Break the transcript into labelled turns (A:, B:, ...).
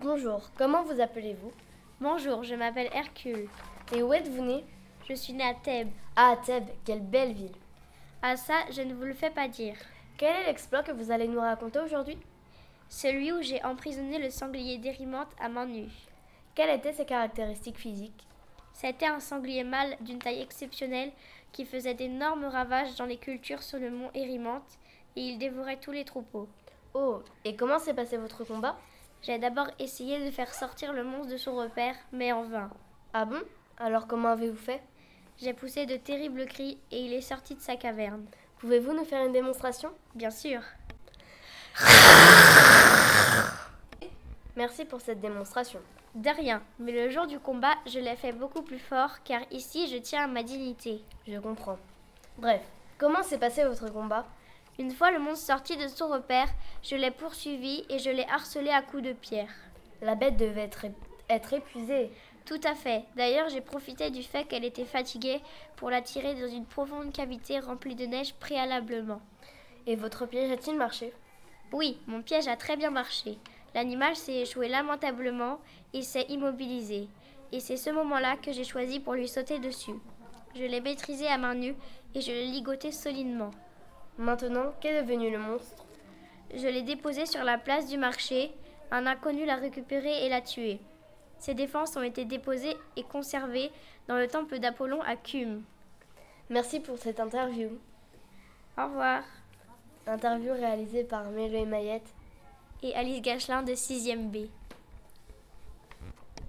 A: Bonjour, comment vous appelez-vous
B: Bonjour, je m'appelle Hercule.
A: Et où êtes-vous né
B: Je suis née à Thèbes.
A: Ah, Thèbes, quelle belle ville.
B: Ah ça, je ne vous le fais pas dire.
A: Quel est l'exploit que vous allez nous raconter aujourd'hui
B: Celui où j'ai emprisonné le sanglier d'Érimante à main nue.
A: Quelles étaient ses caractéristiques physiques
B: C'était un sanglier mâle d'une taille exceptionnelle qui faisait d'énormes ravages dans les cultures sur le mont Érimante et il dévorait tous les troupeaux.
A: Oh, et comment s'est passé votre combat
B: J'ai d'abord essayé de faire sortir le monstre de son repère, mais en vain.
A: Ah bon Alors comment avez-vous fait
B: J'ai poussé de terribles cris et il est sorti de sa caverne.
A: Pouvez-vous nous faire une démonstration
B: Bien sûr.
A: Merci pour cette démonstration.
B: De rien, mais le jour du combat, je l'ai fait beaucoup plus fort car ici, je tiens à ma dignité.
A: Je comprends. Bref, comment s'est passé votre combat
B: Une fois le monstre sorti de son repère, je l'ai poursuivi et je l'ai harcelé à coups de pierre.
A: La bête devait être, ép- être épuisée.
B: Tout à fait. D'ailleurs, j'ai profité du fait qu'elle était fatiguée pour la tirer dans une profonde cavité remplie de neige préalablement.
A: Et votre piège a-t-il marché
B: Oui, mon piège a très bien marché. L'animal s'est échoué lamentablement et s'est immobilisé. Et c'est ce moment-là que j'ai choisi pour lui sauter dessus. Je l'ai maîtrisé à main nue et je l'ai ligoté solidement.
A: Maintenant, qu'est devenu le monstre
B: Je l'ai déposé sur la place du marché. Un inconnu l'a récupéré et l'a tué. Ses défenses ont été déposées et conservées dans le temple d'Apollon à Cume.
A: Merci pour cette interview.
B: Au revoir.
A: Interview réalisée par Mélo et Mayette.
B: Et Alice Gachelin de 6e B.